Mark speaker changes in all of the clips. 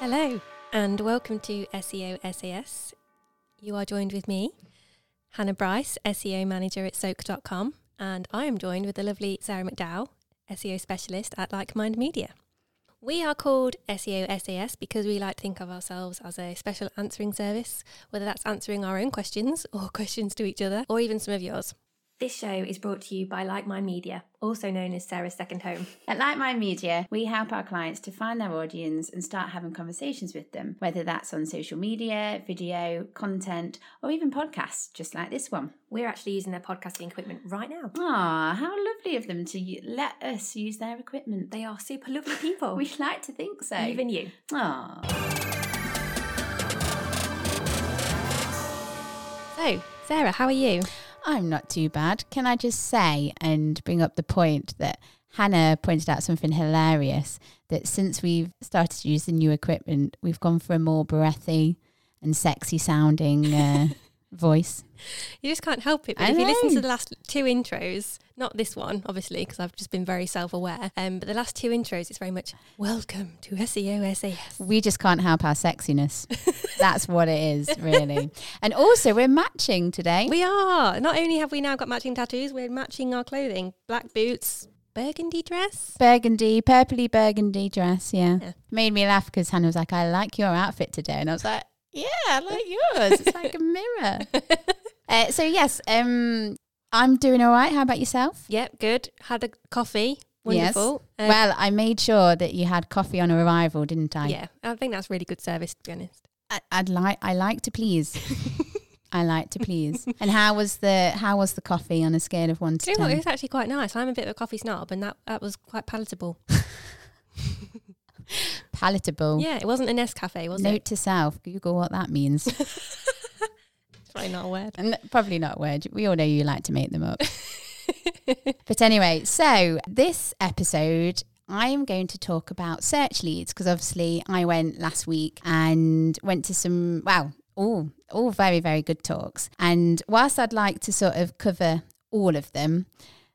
Speaker 1: Hello, and welcome to E SEO SAS. You are joined with me, Hannah Bryce, SEO manager at Soak.com, and I am joined with the lovely Sarah McDowell, SEO specialist at Like Mind Media. We are called E SEO SAS because we like to think of ourselves as a special answering service, whether that's answering our own questions or questions to each other, or even some of yours. This show is brought to you by Like Mind Media, also known as Sarah's Second Home.
Speaker 2: At Light Mind Media, we help our clients to find their audience and start having conversations with them, whether that's on social media, video, content, or even podcasts, just like this one.
Speaker 1: We're actually using their podcasting equipment right now.
Speaker 2: Ah, how lovely of them to u- let us use their equipment.
Speaker 1: They are super lovely people.
Speaker 2: We like to think so.
Speaker 1: Even you.
Speaker 2: Aw.
Speaker 1: So, Sarah, how are you?
Speaker 2: I'm not too bad. Can I just say and bring up the point that Hannah pointed out something hilarious that since we've started using new equipment, we've gone for a more breathy and sexy sounding uh, voice.
Speaker 1: You just can't help it. But
Speaker 2: I
Speaker 1: if you listen to
Speaker 2: know.
Speaker 1: the last two intros, not this one, obviously, because I've just been very self aware, um, but the last two intros, it's very much welcome to SEO SAS.
Speaker 2: We just can't help our sexiness. That's what it is, really. And also, we're matching today.
Speaker 1: We are. Not only have we now got matching tattoos, we're matching our clothing black boots, burgundy dress.
Speaker 2: Burgundy, purpley burgundy dress, yeah.
Speaker 1: Yeah.
Speaker 2: Made me laugh because Hannah was like, I like your outfit today. And I was like, yeah, I like yours. It's like a mirror. Uh, so, yes, um, I'm doing all right. How about yourself?
Speaker 1: Yep, good. Had a coffee.
Speaker 2: Yes.
Speaker 1: Wonderful. Uh,
Speaker 2: well, I made sure that you had coffee on arrival, didn't I?
Speaker 1: yeah, I think that's really good service, to be honest.
Speaker 2: I, I'd like, I like to please. I like to please. And how was the how was the coffee on a scale of one
Speaker 1: Do
Speaker 2: to
Speaker 1: you know what? It
Speaker 2: ten?
Speaker 1: was actually quite nice. I'm a bit of a coffee snob, and that, that was quite palatable.
Speaker 2: Palatable.
Speaker 1: Yeah, it wasn't a Nescafe, was it?
Speaker 2: Note to self: Google what that means.
Speaker 1: It's probably not a word.
Speaker 2: And th- probably not a word. We all know you like to make them up. but anyway, so this episode, I am going to talk about search leads because obviously I went last week and went to some, well, all, all very, very good talks. And whilst I'd like to sort of cover all of them,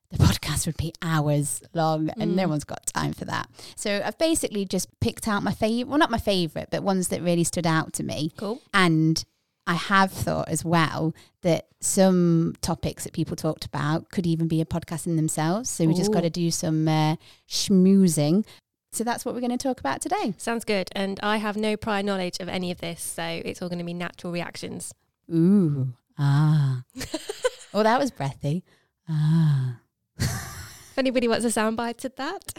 Speaker 2: the podcast would be hours long and no one's got time for that. So I've basically just picked out my favorite, well, not my favorite, but ones that really stood out to me.
Speaker 1: Cool.
Speaker 2: And I have thought as well that some topics that people talked about could even be a podcast in themselves. So we just
Speaker 1: Ooh.
Speaker 2: got to do some uh, schmoozing. So that's what we're going to talk about today.
Speaker 1: Sounds good. And I have no prior knowledge of any of this, so it's all going to be natural reactions.
Speaker 2: Ooh, ah. well, that was breathy. Ah.
Speaker 1: If anybody wants a soundbite of that,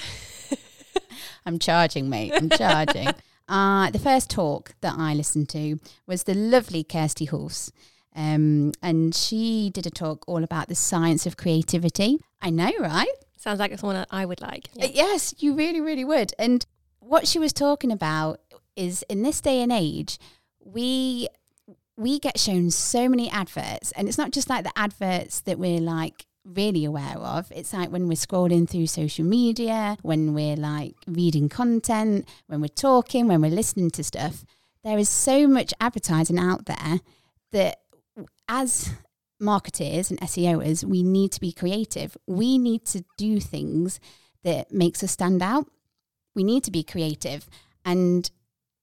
Speaker 2: I'm charging, mate. I'm charging. uh, the first talk that I listened to was the lovely Kirsty Horse. Um, and she did a talk all about the science of creativity. I know, right?
Speaker 1: sounds like it's one that I would like.
Speaker 2: Uh, Yes, you really, really would. And what she was talking about is in this day and age, we we get shown so many adverts, and it's not just like the adverts that we're like really aware of. It's like when we're scrolling through social media, when we're like reading content, when we're talking, when we're listening to stuff. There is so much advertising out there that as marketers and SEOers, we need to be creative. We need to do things that makes us stand out. We need to be creative. And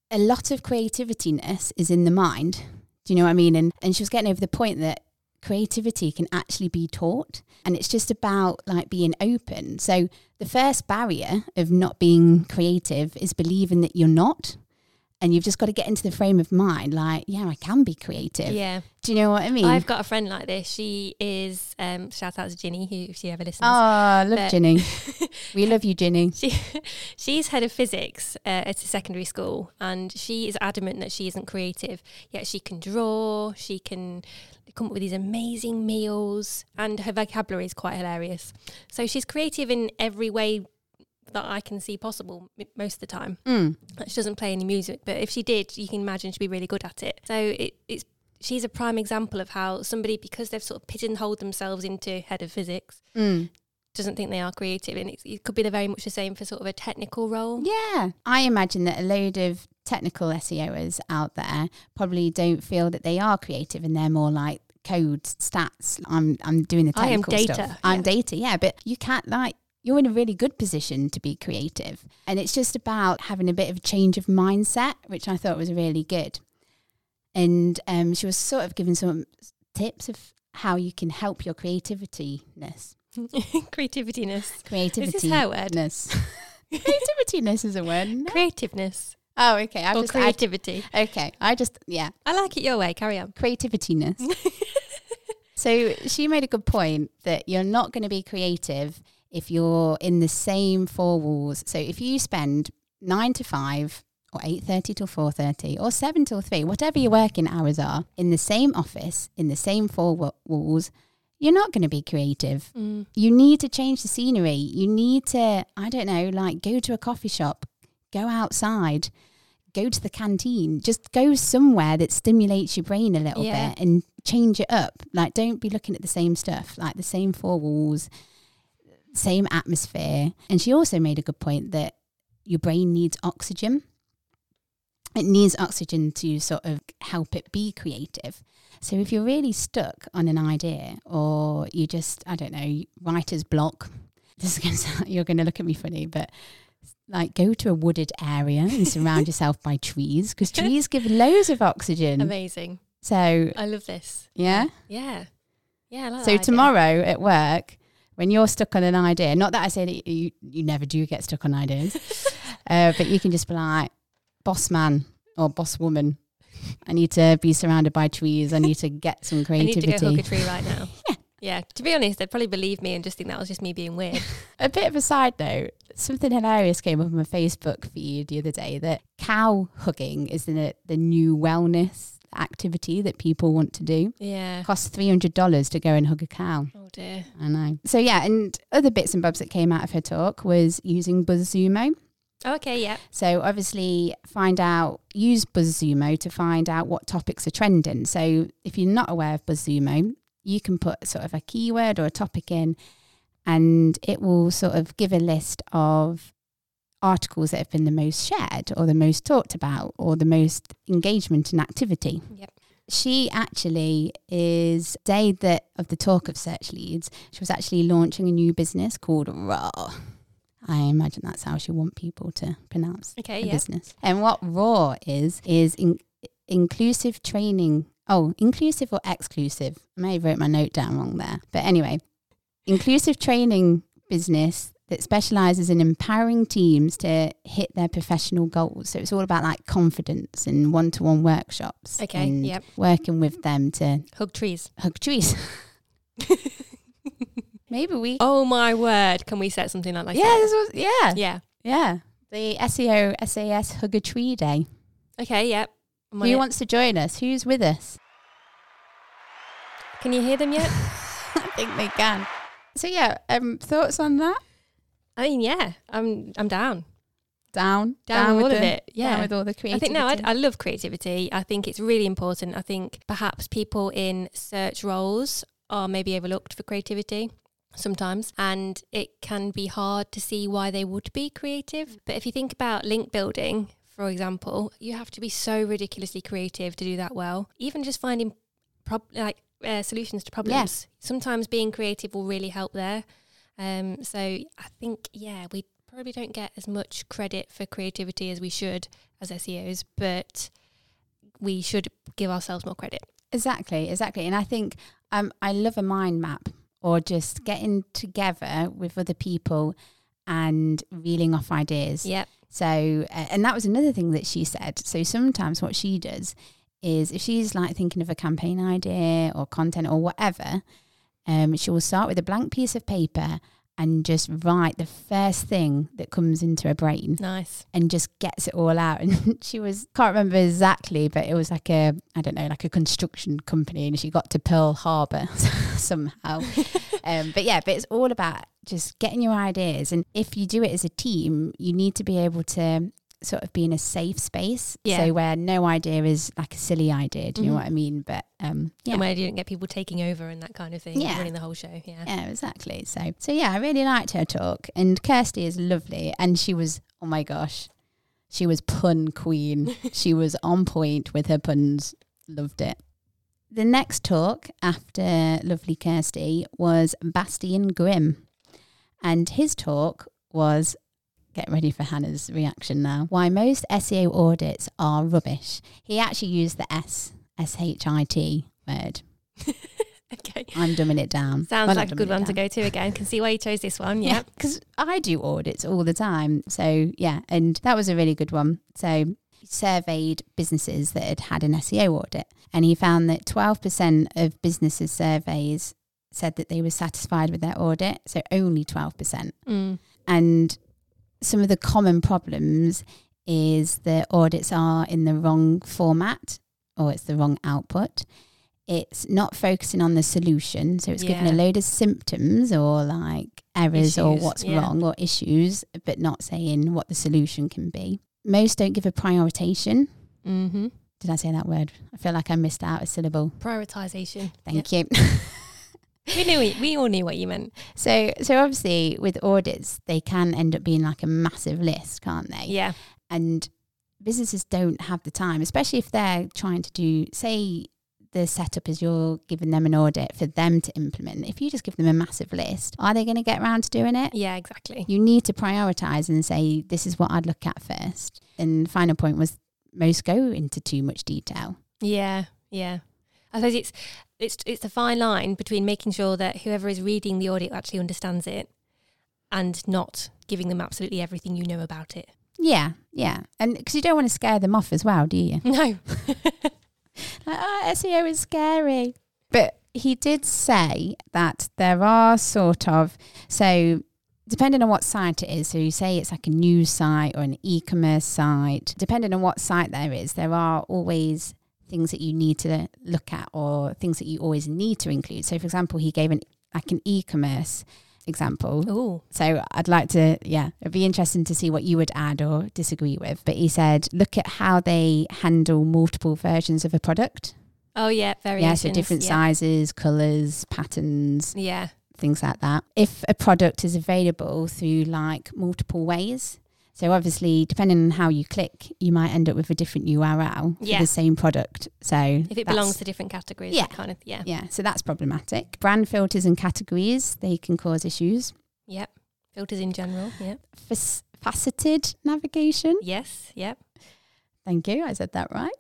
Speaker 2: a lot of creativityness is in the mind. Do you know what I mean? And and she was getting over the point that creativity can actually be taught and it's just about like being open. So the first barrier of not being creative is believing that you're not. And you've just got to get into the frame of mind like, yeah, I can be creative.
Speaker 1: Yeah.
Speaker 2: Do you know what I mean?
Speaker 1: I've got a friend like this. She is, um, shout out to Ginny, who, if she ever listens.
Speaker 2: Oh, love
Speaker 1: But-
Speaker 2: Ginny.
Speaker 1: Oh.
Speaker 2: we love you, Ginny.
Speaker 1: She, she's head of physics uh, at a secondary school, and she is adamant that she isn't creative. Yet she can draw, she can come up with these amazing meals, and her vocabulary is quite hilarious. So she's creative in every way that I can see possible m- most of the time.
Speaker 2: Mm.
Speaker 1: Like, She doesn't play any music, but if she did, you can imagine she'd be really good at it. So it, it's she's a prime example of how somebody because they've sort of pigeonholed themselves into head of physics
Speaker 2: Mm.
Speaker 1: doesn't think they are creative, and it's, it could be the very much the same for sort of a technical role.
Speaker 2: Yeah. I imagine that a load of technical SEOers out there probably don't feel that they are creative and they're more like code stats. I'm I'm doing the
Speaker 1: I am
Speaker 2: technical
Speaker 1: data,
Speaker 2: stuff. I'm
Speaker 1: yeah.
Speaker 2: data, yeah. But you can't like you're in a really good position to be creative. And it's just about having a bit of a change of mindset, which I thought was really good. And um, she was sort of giving some tips of how you can help your creativityness.
Speaker 1: Creativityness.
Speaker 2: Creativity.
Speaker 1: her word?
Speaker 2: Creativityness is a word. isn't it?
Speaker 1: Creativeness.
Speaker 2: Oh, okay. I've
Speaker 1: or
Speaker 2: just I,
Speaker 1: creativity.
Speaker 2: okay. I just yeah,
Speaker 1: I like it your way. Carry on.
Speaker 2: creativityness. So she made a good point that you're not going to be creative if you're in the same four walls. So if you spend nine to five or 8.30 till 4.30 or 7 till 3 whatever your working hours are in the same office in the same four wa- walls you're not going to be creative
Speaker 1: Mm.
Speaker 2: you need to change the scenery you need to i don't know like go to a coffee shop go outside go to the canteen just go somewhere that stimulates your brain a little
Speaker 1: Yeah.
Speaker 2: bit and change it up like don't be looking at the same stuff like the same four walls same atmosphere and she also made a good point that your brain needs oxygen it needs oxygen to sort of help it be creative so if you're really stuck on an idea or you just i don't know writer's block this is going to sound, you're going to look at me funny but like go to a wooded area and surround yourself by trees because trees give loads of oxygen
Speaker 1: Amazing.
Speaker 2: so
Speaker 1: I love this.
Speaker 2: yeah
Speaker 1: Yeah. Yeah. Oh, I like that
Speaker 2: so
Speaker 1: idea.
Speaker 2: tomorrow at work when you're stuck on an idea not that i say that you, you never do get stuck on ideas uh, but you can just be like boss man or boss woman i need to be surrounded by trees i need to get some
Speaker 1: I need to
Speaker 2: creativity
Speaker 1: go hug a tree right now. Yeah. To be honest, they'd probably believe me and just think that was just me being weird.
Speaker 2: A bit of a side note, something hilarious came up on my Facebook feed the other day that cow hugging is the, the new wellness activity that people want to do.
Speaker 1: yeah.
Speaker 2: It costs $300 to go and hug a cow.
Speaker 1: Oh dear.
Speaker 2: I know. So, yeah, and other bits and bobs that came out of her talk was using BuzzZumo.
Speaker 1: Oh, okay. Yeah.
Speaker 2: So, obviously, find out, use BuzzZumo to find out what topics are trending. So, if you're not aware of BuzzZumo, you can put sort of a keyword or a topic in, and it will sort of give a list of articles that have been the most shared or the most talked about or the most engagement and activity.
Speaker 1: Yep.
Speaker 2: She actually is day that of the talk of search leads. She was actually launching a new business called Raw. I imagine that's how she want people to pronounce
Speaker 1: Okay.
Speaker 2: the
Speaker 1: Yeah.
Speaker 2: business. And what RAW is, is in, inclusive training. Oh, inclusive or exclusive? I may have wrote my note down wrong there. But anyway, inclusive training business that specializes in empowering teams to hit their professional goals. So it's all about like confidence and one to one workshops.
Speaker 1: Okay.
Speaker 2: and
Speaker 1: Yep.
Speaker 2: Working with them to
Speaker 1: Hug trees.
Speaker 2: hug trees. Maybe we.
Speaker 1: Oh my word. Can we set something like that?
Speaker 2: yeah, this was, yeah,
Speaker 1: Yeah.
Speaker 2: yeah. The SEO SAS Hug a Tree Day.
Speaker 1: Okay. Yep. I'm on
Speaker 2: Who
Speaker 1: it.
Speaker 2: wants to join us? Who's with us?
Speaker 1: Can you hear them yet?
Speaker 2: I think they can. So yeah, um, thoughts on that?
Speaker 1: I mean, yeah. I'm I'm down.
Speaker 2: Down,
Speaker 1: Down, with all
Speaker 2: the,
Speaker 1: of it. Yeah.
Speaker 2: down with all the
Speaker 1: I
Speaker 2: creativity.
Speaker 1: think no, I, I love creativity. I think it's really important. I think perhaps people in search roles are maybe overlooked for creativity sometimes, and it can be hard to see why they would be creative. But if you think about link building, for example, you have to be so ridiculously creative to do that well. Even just finding prob- like uh, solutions to problems. Sometimes being creative will really help there. Um, so I think yeah, we probably don't get as much credit for creativity as we should as SEOs, but we should give ourselves more credit.
Speaker 2: exactly, exactly. And I think um, I love a mind map or just getting together with other people and reeling off ideas.
Speaker 1: Yep.
Speaker 2: So, uh, and that was another thing that she said. So sometimes what she does is if she's like thinking of a campaign idea or content or whatever, um, she will start with a blank piece of paper and just write the first thing that comes into her brain
Speaker 1: Nice.
Speaker 2: and just gets it all out. And she was can't remember exactly, but it was like a I don't know, like a construction company, and she got to Pearl Harbor somehow. um, but yeah, but it's all about just getting your ideas, and if you do it as a team, you need to be able to sort of be in a safe space,
Speaker 1: Yeah.
Speaker 2: so where no idea is like a silly idea. Do you
Speaker 1: Mhm.
Speaker 2: know what I mean? But um, yeah.
Speaker 1: And where you don't get people taking over and that kind of thing,
Speaker 2: Yeah.
Speaker 1: running the whole show. Yeah.
Speaker 2: Yeah, exactly. So, so yeah, I really liked her talk, and Kirsty is lovely, and she was, oh my gosh, she was pun queen. she was on point with her puns. Loved it. The next talk after lovely Kirsty was Bastian Grimm, And his talk was get ready for Hannah's reaction now. Why most SEO audits are rubbish. He actually used the S, S H I T word.
Speaker 1: Okay.
Speaker 2: I'm dumbing it down.
Speaker 1: Sounds
Speaker 2: Well, not
Speaker 1: like a
Speaker 2: dumbing
Speaker 1: good
Speaker 2: it
Speaker 1: one to
Speaker 2: down.
Speaker 1: go to again. Can see why you chose this one.
Speaker 2: Yeah,
Speaker 1: Yeah.
Speaker 2: because I do audits all the time. So, yeah, and that was a really good one. So, he surveyed businesses that had had an SEO audit, and he found that 12% of businesses surveys said that they were satisfied with their audit. So, only 12%.
Speaker 1: Mm.
Speaker 2: And some of the common problems is the audits are in the wrong format or it's the wrong output. It's not focusing on the solution. So it's giving
Speaker 1: Yeah.
Speaker 2: a load of symptoms or like errors or
Speaker 1: Issues,
Speaker 2: what's
Speaker 1: yeah.
Speaker 2: wrong or issues, but not saying what the solution can be. Most don't give a prioritization.
Speaker 1: Mm-hmm.
Speaker 2: Did I say that word? I feel like I missed out a syllable.
Speaker 1: Prioritization.
Speaker 2: Thank you.
Speaker 1: Yeah. We knew we, we all knew what you meant.
Speaker 2: So, so obviously with audits, they can end up being like a massive list, can't they?
Speaker 1: Yeah.
Speaker 2: and businesses don't have the time, especially if they're trying to do, say, the setup is you're giving them an audit for them to implement. If you just give them a massive list, are they going to get around to doing it?
Speaker 1: Yeah. Exactly.
Speaker 2: You need to prioritize and say, this is what I'd look at first. And the final point was most go into too much detail.
Speaker 1: Yeah. Yeah. I suppose it's it's it's the fine line between making sure that whoever is reading the audio actually understands it, and not giving them absolutely everything you know about it.
Speaker 2: Yeah, yeah. And because you don't want to scare them off as well, do you?
Speaker 1: No.
Speaker 2: like, oh, SEO is scary. But he did say that there are sort of, so depending on what site it is, so you say it's like a news site or an e commerce site, depending on what site there is, there are always things that you need to look at or things that you always need to include. So, for example, he gave an like an e commerce example.
Speaker 1: Oh.
Speaker 2: So I'd like to, yeah, it'd be interesting to see what you would add or disagree with. But he said, look at how they handle multiple versions of a product.
Speaker 1: Oh yeah. Very.
Speaker 2: Yeah, so different sizes, colors, patterns,
Speaker 1: Yeah.
Speaker 2: things like that. If a product is available through like multiple ways, so obviously depending on how you click, you might end up with a different URL
Speaker 1: Yeah.
Speaker 2: for the same product. So
Speaker 1: If it
Speaker 2: that's-
Speaker 1: belongs to different categories.
Speaker 2: Yeah.
Speaker 1: that Kind of. Yeah.
Speaker 2: yeah, so that's problematic. Brand filters and categories, they can cause issues.
Speaker 1: Yep. Filters in general. Yeah.
Speaker 2: Fac- faceted navigation.
Speaker 1: Yes. Yep.
Speaker 2: Thank you. I said that right.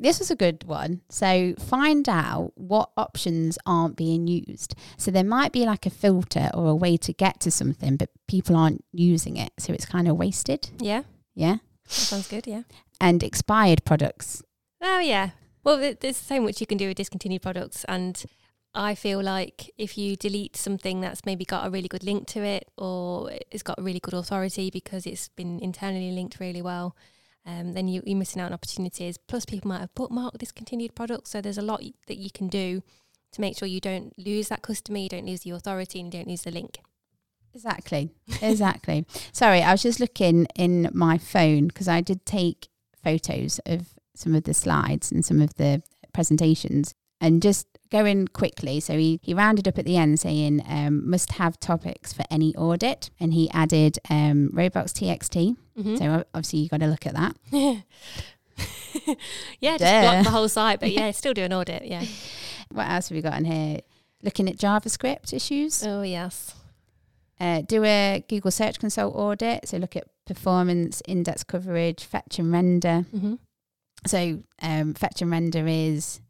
Speaker 2: this was a good one. So find out what options aren't being used. So there might be like a filter or a way to get to something, but people aren't using it. So it's kind of wasted.
Speaker 1: yeah.
Speaker 2: Yeah.
Speaker 1: That sounds good. Yeah.
Speaker 2: And expired products.
Speaker 1: Oh yeah. Well, th- there's so much you can do with discontinued products, and I feel like if you delete something that's maybe got a really good link to it, or it's got really good authority because it's been internally linked really well, um, then you, you're missing out on opportunities. Plus, people might have bookmarked discontinued products, so there's a lot y- that you can do to make sure you don't lose that customer, you don't lose the authority, and you don't lose the link.
Speaker 2: Exactly. Exactly. Sorry, I was just looking in my phone because I did take photos of some of the slides and some of the presentations and just going quickly. So he, he rounded up at the end saying, um, must have topics for any audit. And he added um, Roblox TXT.
Speaker 1: Mhm.
Speaker 2: So ob- obviously, you got to look at that.
Speaker 1: yeah, just
Speaker 2: Duh.
Speaker 1: block the whole site, but yeah, still do an audit. Yeah.
Speaker 2: What else have we got in here? Looking at JavaScript issues.
Speaker 1: Oh yes.
Speaker 2: Uh, do a Google Search Console audit. So look at performance, index coverage, fetch and render.
Speaker 1: Mm-hmm.
Speaker 2: So um, fetch and render is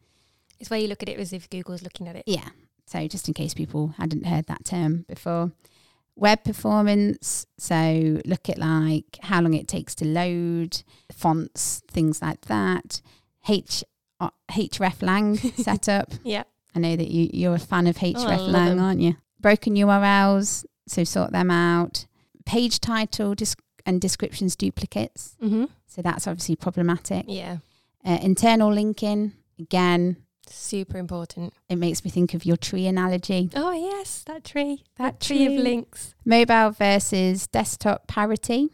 Speaker 1: It's where you look at it as if Google's looking at it.
Speaker 2: yeah. So just in case people hadn't heard that term before, web performance. So look at like how long it takes to load fonts, things like that. H uh, hreflang setup.
Speaker 1: Yeah. Oh,
Speaker 2: I know that you you're a fan of
Speaker 1: I love
Speaker 2: hreflang,
Speaker 1: them.
Speaker 2: aren't you? Broken URLs. So sort them out. Page title disc- and descriptions duplicates.
Speaker 1: Mm-hmm.
Speaker 2: So that's obviously problematic.
Speaker 1: Yeah.
Speaker 2: Uh, internal linking again.
Speaker 1: Super important.
Speaker 2: It makes me think of your tree analogy.
Speaker 1: Oh yes, that tree.
Speaker 2: That
Speaker 1: Tree of links.
Speaker 2: Mobile versus desktop parity.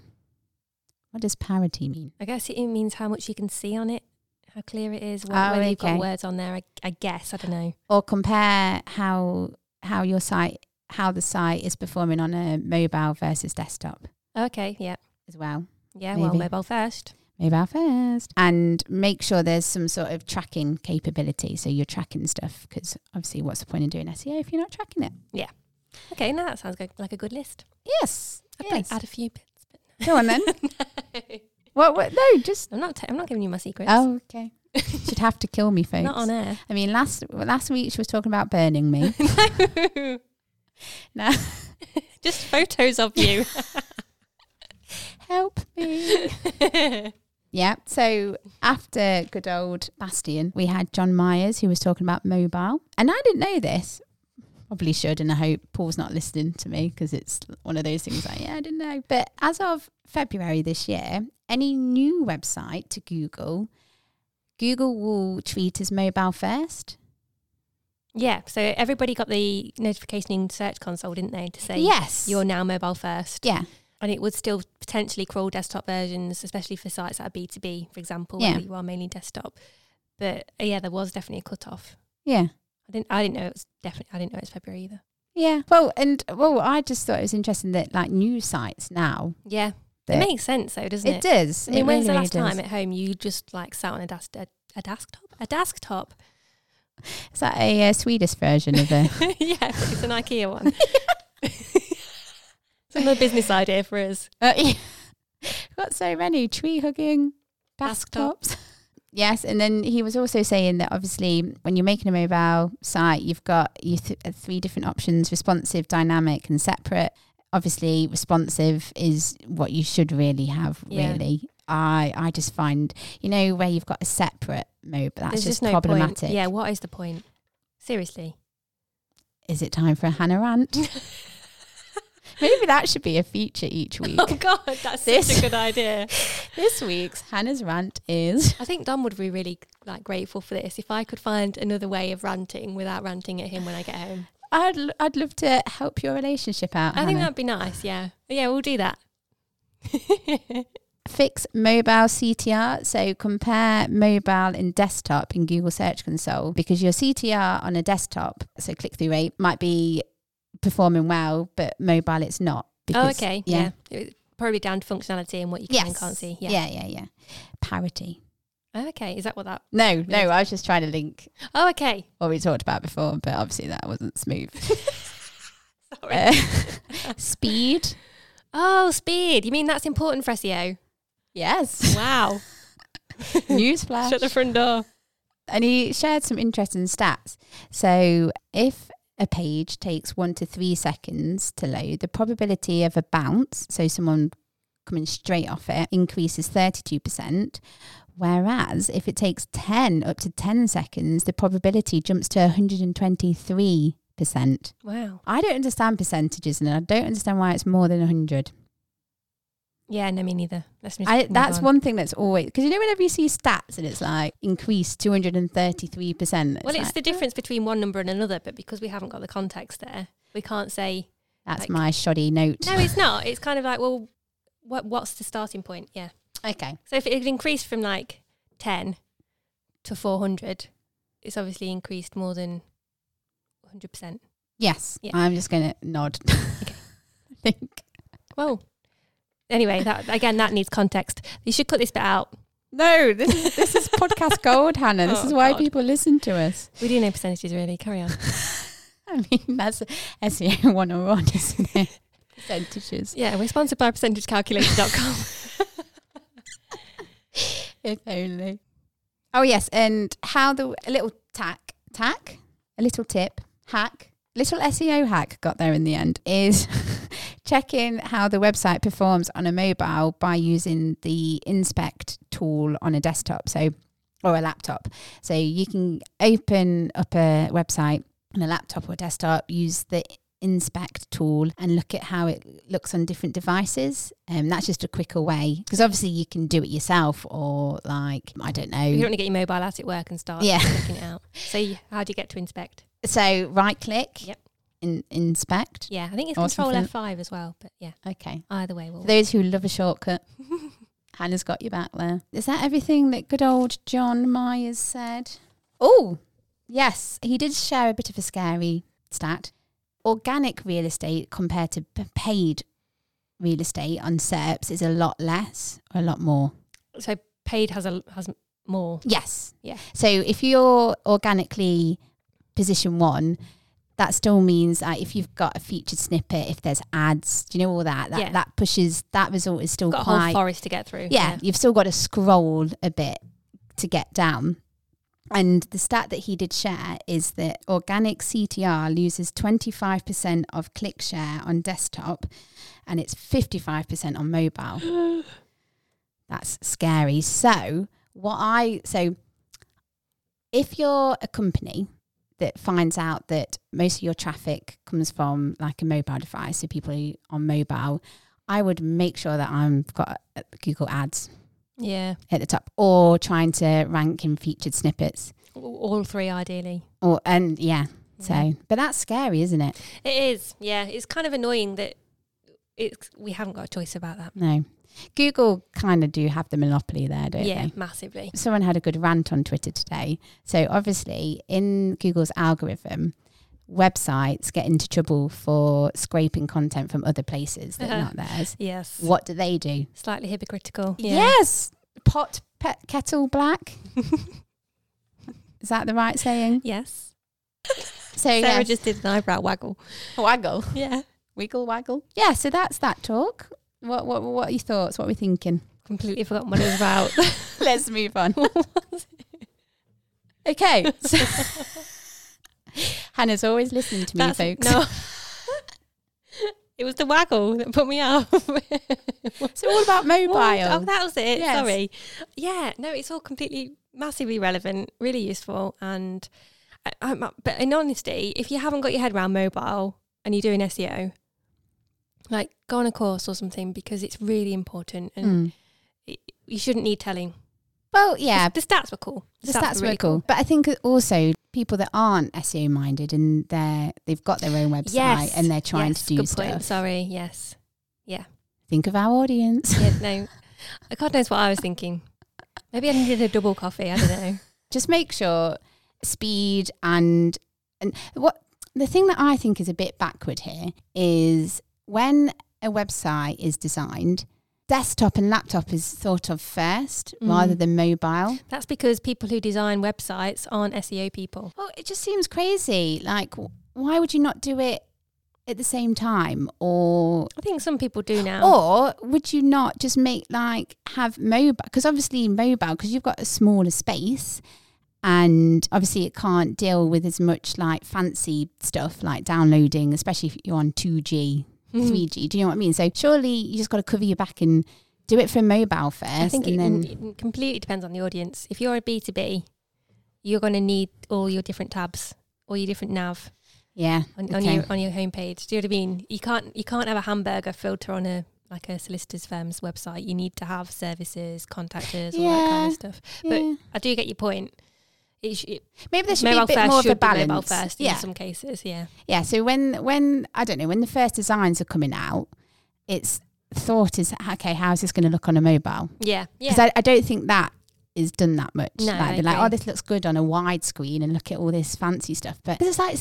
Speaker 2: What does parity mean?
Speaker 1: I guess it means how much you can see on it, how clear it is, wh-
Speaker 2: Oh,
Speaker 1: whether you've
Speaker 2: okay.
Speaker 1: got words on there. I, I guess I don't know.
Speaker 2: Or compare how how your site how the site is performing on a mobile versus desktop
Speaker 1: Okay. Yeah.
Speaker 2: as well.
Speaker 1: Yeah. Well,
Speaker 2: Maybe.
Speaker 1: mobile first.
Speaker 2: Mobile first. And make sure there's some sort of tracking E capability. So you're tracking stuff because obviously what's the point in doing SEO if you're not tracking it?
Speaker 1: Yeah. Okay, now that sounds good, like a good list.
Speaker 2: Yes.
Speaker 1: I'd
Speaker 2: yes.
Speaker 1: probably add a few bits.
Speaker 2: Go on then. what, what? No, just.
Speaker 1: I'm not. T- I'm not giving you my secrets.
Speaker 2: Oh, okay. Should have to kill me, folks.
Speaker 1: not on air.
Speaker 2: I mean, last last week she was talking about burning me.
Speaker 1: no.
Speaker 2: No.
Speaker 1: Just photos of you.
Speaker 2: Help me. yeah. So after good old Bastion, we had John Myers who was talking about mobile, and I didn't know this. Probably should, and I hope Paul's not listening to me because it's one of those things like, yeah, I didn't know. But as of February this year, any new website to Google, Google will treat as mobile first.
Speaker 1: yeah. So everybody got the notification in Search Console, didn't they, to say
Speaker 2: yes.
Speaker 1: you're now mobile first,
Speaker 2: yeah.
Speaker 1: and it would still potentially crawl desktop versions, especially for sites that are B two B, for example,
Speaker 2: Yeah.
Speaker 1: where you are mainly desktop. But uh, yeah, there was definitely a cut off.
Speaker 2: Yeah.
Speaker 1: I didn't. I didn't know it was definitely. I didn't know it was February either.
Speaker 2: Yeah. Well, and well, I just thought it was interesting that like news sites now.
Speaker 1: Yeah,
Speaker 2: That-
Speaker 1: it makes sense though, doesn't it?
Speaker 2: It does.
Speaker 1: I mean,
Speaker 2: it
Speaker 1: when's
Speaker 2: really,
Speaker 1: the
Speaker 2: really
Speaker 1: last
Speaker 2: does.
Speaker 1: time at home you just like sat on a, desk, a, a desktop? A desktop.
Speaker 2: Is that a uh, Swedish version of it?
Speaker 1: yeah, it's an IKEA one. it's another business idea for us.
Speaker 2: uh, yeah. Got so many tree hugging
Speaker 1: Desktop.
Speaker 2: desktops. yes, and then he was also saying that obviously when you're making a mobile site, you've got you th- uh, three different options: responsive, dynamic, and separate. Obviously, responsive is what you should really have.
Speaker 1: Yeah.
Speaker 2: Really, I I just find you know where you've got a separate mobile,
Speaker 1: There's
Speaker 2: that's just,
Speaker 1: just, no
Speaker 2: problematic.
Speaker 1: point. Yeah, what is the point? Seriously.
Speaker 2: Is it time for a Hannah rant? Maybe that should be a feature each week.
Speaker 1: Oh God, that's
Speaker 2: This-
Speaker 1: such a good idea.
Speaker 2: this week's Hannah's rant is
Speaker 1: I think Don would be really like grateful for this. If I could find another way of ranting without ranting at him when I get home,
Speaker 2: I'd l- I'd love to help your relationship out.
Speaker 1: I think
Speaker 2: Hannah.
Speaker 1: that'd be nice. Yeah, yeah, we'll do that.
Speaker 2: fix mobile CTR. So compare mobile and desktop in Google Search Console because your CTR on a desktop, so click through rate, might be performing well, but mobile it's not.
Speaker 1: oh,
Speaker 2: because-
Speaker 1: okay. Yeah. It- probably down to functionality and what you can and can't see. Yeah.
Speaker 2: yeah, yeah, yeah. Parity.
Speaker 1: Oh, okay. Is that what that?
Speaker 2: No, no. I was just trying to link
Speaker 1: Oh, okay.
Speaker 2: what we talked about before, but obviously that wasn't smooth.
Speaker 1: Sorry.
Speaker 2: Uh, speed.
Speaker 1: Oh, speed. You mean that's important for SEO?
Speaker 2: Yes.
Speaker 1: Wow.
Speaker 2: Newsflash.
Speaker 1: Shut the front door.
Speaker 2: and he shared some interesting stats. So if a page takes one to three seconds to load, the probability of a bounce, so someone coming straight off it, increases 32%. Whereas if it takes 10 up to 10 seconds, the probability jumps to 123%.
Speaker 1: Wow.
Speaker 2: I don't understand percentages and I don't understand why it's more than 100.
Speaker 1: Yeah, no, me neither. Let's just
Speaker 2: I,
Speaker 1: move
Speaker 2: that's
Speaker 1: on.
Speaker 2: one thing that's always because you know whenever you see stats and it's like increased two hundred and thirty three percent.
Speaker 1: Well, it's
Speaker 2: like,
Speaker 1: the difference between one number and another, but because we haven't got the context there, we can't say.
Speaker 2: That's
Speaker 1: like-
Speaker 2: my shoddy note.
Speaker 1: No, it's not. It's kind of like, well, what what's the starting point? Yeah.
Speaker 2: Okay.
Speaker 1: So if it had increased from like 10 to 400, it's obviously increased more than 100%.
Speaker 2: Yes.
Speaker 1: Yeah.
Speaker 2: I'm just gonna nod. I think.
Speaker 1: Well, anyway, that again, that needs context. You should cut this bit out.
Speaker 2: No, this is this is podcast gold, Hannah. This
Speaker 1: Oh,
Speaker 2: is why
Speaker 1: God.
Speaker 2: people listen to us.
Speaker 1: We do know percentages, really. Carry on.
Speaker 2: I mean, that's SEO one on one, isn't it? Percentages.
Speaker 1: Yeah, we're sponsored by percentagecalculator.com.
Speaker 2: If only. Oh yes, and how the a little tack tack a little tip hack little SEO hack got there in the end is checking how the website performs on a mobile by using the inspect tool on a desktop so or a laptop. So you can open up a website on a laptop or desktop, use the inspect tool and look at how it looks on different devices. Um, that's just a quicker way because obviously you can do it yourself or like, I don't
Speaker 1: you don't
Speaker 2: know.
Speaker 1: want to get your mobile out at work and start
Speaker 2: Yeah.
Speaker 1: checking it out. So, you, how do you get to inspect?
Speaker 2: So right click,
Speaker 1: Yep.
Speaker 2: in, inspect.
Speaker 1: Yeah, I think it's
Speaker 2: Or
Speaker 1: Control
Speaker 2: something.
Speaker 1: F5 as well. But yeah,
Speaker 2: Okay.
Speaker 1: either way, we'll.
Speaker 2: For those who love a shortcut, Hannah's got you back there. Is that everything that good old John Myers said? Oh, yes, he did share a bit of a scary stat. Organic real estate compared to p- paid real estate on SERPs is a lot less, or a lot more.
Speaker 1: so, paid has a has more.
Speaker 2: Yes.
Speaker 1: Yeah.
Speaker 2: So if you're organically position one, that still means uh, if you've got a featured snippet, if there's ads, do you know all that? That,
Speaker 1: Yeah.
Speaker 2: that pushes that result is still
Speaker 1: Got a whole
Speaker 2: quite
Speaker 1: forest to get through.
Speaker 2: yeah, you've still got to scroll a bit to get down. And the stat that he did share is that organic CTR loses 25% of click share on desktop and it's 55% on mobile. That's scary. So, what I so if you're a company that finds out that most of your traffic comes from like a mobile device, so people who- on mobile, I would make sure that I've got uh, Google Ads
Speaker 1: Yeah.
Speaker 2: at the top or trying to rank in featured snippets
Speaker 1: All- All three ideally.
Speaker 2: or and yeah.
Speaker 1: Yeah.
Speaker 2: So, but that's scary, isn't it?
Speaker 1: It is. Yeah. It's kind of annoying that it's we haven't got a choice about that.
Speaker 2: No. Google kind of do have the monopoly there, don't
Speaker 1: Yeah,
Speaker 2: they?
Speaker 1: massively.
Speaker 2: someone had a good rant on Twitter today. So obviously, in Google's algorithm, websites get into trouble for scraping content from other places that are
Speaker 1: Uh-huh.
Speaker 2: not theirs.
Speaker 1: Yes.
Speaker 2: What do they do?
Speaker 1: Slightly hypocritical.
Speaker 2: Yes, pot pe- kettle black. Is that the right saying?
Speaker 1: Yes.
Speaker 2: So
Speaker 1: Sarah
Speaker 2: yeah,
Speaker 1: just did an eyebrow waggle.
Speaker 2: waggle,
Speaker 1: Yeah.
Speaker 2: wiggle, waggle. Yeah. So that's that talk. What what what are your thoughts? What are we thinking?
Speaker 1: Completely forgotten what it was about.
Speaker 2: Let's move on. okay. So Hannah's always listening to me,
Speaker 1: That's-
Speaker 2: folks.
Speaker 1: No. it was the waggle that put me off.
Speaker 2: It's all about mobile.
Speaker 1: Oh, that was it.
Speaker 2: Yes.
Speaker 1: Sorry. Yeah, no, it's all completely massively relevant, really useful, and I, I'm, but in honesty, if you haven't got your head around mobile and you're doing SEO, like go on a course or something because it's really important, and
Speaker 2: Mm.
Speaker 1: you shouldn't need telling.
Speaker 2: Well, yeah,
Speaker 1: The stats were cool.
Speaker 2: the stats
Speaker 1: really
Speaker 2: were cool. But I think also people that aren't SEO minded and they're they've got their own website
Speaker 1: Yes,
Speaker 2: and they're trying
Speaker 1: Yes,
Speaker 2: to do
Speaker 1: good
Speaker 2: stuff.
Speaker 1: Point. Sorry. Yes.
Speaker 2: Think of our audience.
Speaker 1: Yeah, no. God knows what I was thinking. Maybe I needed a double coffee. I don't know.
Speaker 2: Just make sure speed and and what the thing that I think is a bit backward here is when a website is designed, desktop and laptop is thought of first
Speaker 1: Mm.
Speaker 2: rather than mobile.
Speaker 1: That's because people who design websites aren't SEO people.
Speaker 2: Well, it just seems crazy. Like, w- why would you not do it at the same time, or
Speaker 1: I think some people do now.
Speaker 2: or would you not just make like have mobile? Because obviously mobile, because you've got a smaller space, and obviously it can't deal with as much like fancy stuff like downloading, especially if you're on two G,
Speaker 1: Mhm.
Speaker 2: three G. Do you know what I mean? So surely you just got to cover your back and do it from mobile first,
Speaker 1: I think it,
Speaker 2: and then
Speaker 1: it completely depends on the audience. If you're a B2B, you're going to need all your different tabs, all your different nav
Speaker 2: yeah,
Speaker 1: on, on
Speaker 2: Okay.
Speaker 1: your on your homepage. Do you know what I mean? You can't you can't have a hamburger filter on a like a solicitor's firm's website. You need to have services, contactors, all that kind of stuff. But
Speaker 2: yeah.
Speaker 1: I do get your point. It sh- it,
Speaker 2: maybe there should
Speaker 1: mobile
Speaker 2: be a bit
Speaker 1: first
Speaker 2: more of a
Speaker 1: should be
Speaker 2: balance.
Speaker 1: mobile first
Speaker 2: yeah.
Speaker 1: in some cases. Yeah,
Speaker 2: Yeah, so when when I don't know when the first designs are coming out, it's thought is okay. How is this going to look on a mobile?
Speaker 1: yeah, yeah.
Speaker 2: Because I, I don't think that is done that much.
Speaker 1: No,
Speaker 2: like, they're
Speaker 1: I
Speaker 2: like,
Speaker 1: agree.
Speaker 2: oh, this looks good on a wide screen, and look at all this fancy stuff. But it's like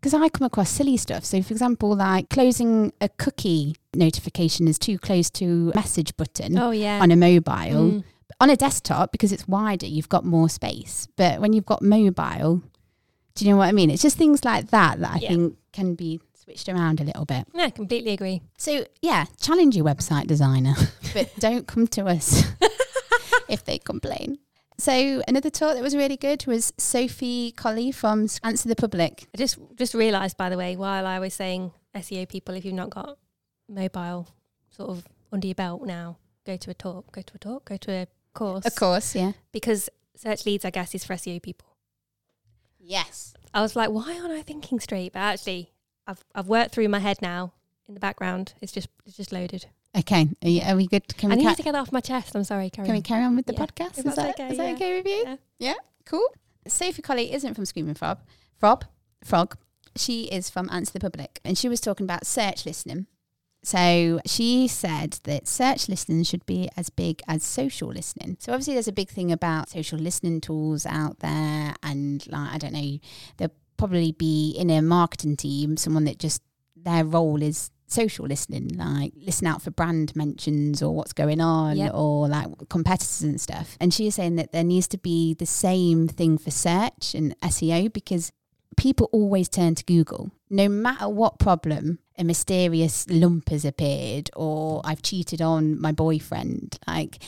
Speaker 2: because I come across silly stuff. So for example, like closing a cookie notification is too close to a message button
Speaker 1: oh yeah.
Speaker 2: on a mobile.
Speaker 1: Mm.
Speaker 2: On a desktop, because it's wider, you've got more space. But when you've got mobile, do you know what I mean? It's just things like that that I
Speaker 1: Yeah.
Speaker 2: think can be switched around a little bit.
Speaker 1: No, completely agree.
Speaker 2: So, yeah, challenge your website designer, but don't come to us if they complain. So, another talk that was really good was Sophie Colley from Answer the Public.
Speaker 1: I just just realised, by the way, while I was saying SEO people, if you've not got mobile sort of under your belt now, go to a talk, go to a talk, go to a course,
Speaker 2: Of course, yeah.
Speaker 1: because search leads, I guess, is for SEO people.
Speaker 2: Yes.
Speaker 1: I was like, why aren't I thinking straight? But actually, I've I've worked through my head now. In the background, it's just it's just loaded.
Speaker 2: Okay, are, you, are we good? Can
Speaker 1: I
Speaker 2: we,
Speaker 1: need
Speaker 2: ca-
Speaker 1: to get that off my chest. I'm sorry, Karen.
Speaker 2: can we carry on with the
Speaker 1: Yeah,
Speaker 2: podcast?
Speaker 1: if
Speaker 2: Is
Speaker 1: that's
Speaker 2: that,
Speaker 1: okay,
Speaker 2: is that
Speaker 1: yeah.
Speaker 2: okay with you?
Speaker 1: Yeah.
Speaker 2: Cool. Sophie Colley isn't from Screaming Frog. Frog. Frog. She is from Answer the Public. And she was talking about search listening. So she said that search listening should be as big as social listening. So obviously there's a big thing about social listening tools out there and like I don't know, there'll probably be in a marketing team someone that just their role is social listening, like listen out for brand mentions or what's going on
Speaker 1: Yep.
Speaker 2: or like competitors and stuff. And she is saying that there needs to be the same thing for search and SEO E because people always turn to Google, no matter what problem. A mysterious lump has appeared, or I've cheated on my boyfriend. Like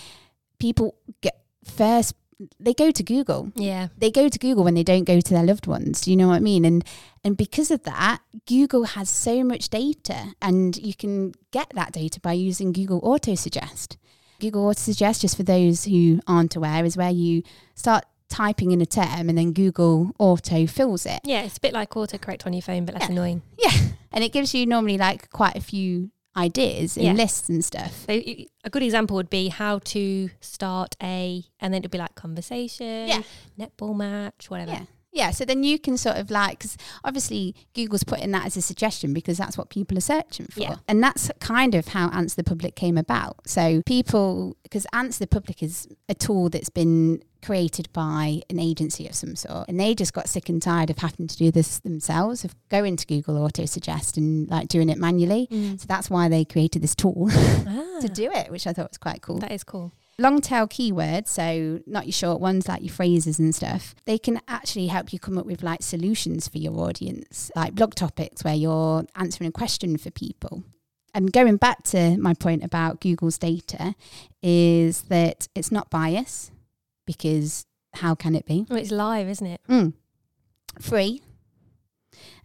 Speaker 2: people get first, they go to Google.
Speaker 1: Yeah.
Speaker 2: They go to Google when they don't go to their loved ones. Do you know what I mean? And and because of that, Google has so much data, and you can get that data by using Google Auto Suggest. Google Auto Suggest, just for those who aren't aware, is where you start typing in a term and then Google Auto fills it.
Speaker 1: Yeah. It's a bit like autocorrect on your phone, but less
Speaker 2: Yeah.
Speaker 1: annoying.
Speaker 2: And it gives you normally like quite a few ideas and
Speaker 1: Yeah.
Speaker 2: lists and stuff.
Speaker 1: So y- a good example would be how to start a, and then it'd be like conversation,
Speaker 2: Yeah.
Speaker 1: netball match, whatever.
Speaker 2: Yeah. Yeah, so then you can sort of like, because obviously Google's putting that as a suggestion because that's what people are searching for.
Speaker 1: Yeah.
Speaker 2: And that's kind of how Answer the Public came about. So people, because Answer the Public is a tool that's been created by an agency of some sort, and they just got sick and tired of having to do this themselves, of going to Google Auto Suggest and like doing it manually.
Speaker 1: Mm.
Speaker 2: So that's why they created this tool
Speaker 1: Ah,
Speaker 2: to do it, which I thought was quite cool.
Speaker 1: that is cool.
Speaker 2: long tail keywords, so not your short ones like your phrases and stuff, they can actually help you come up with like solutions for your audience, like blog topics where you're answering a question for people. And going back to my point about Google's data, is that it's not bias because how can it be?
Speaker 1: Well, Oh, it's live, isn't it?
Speaker 2: Mm. Free.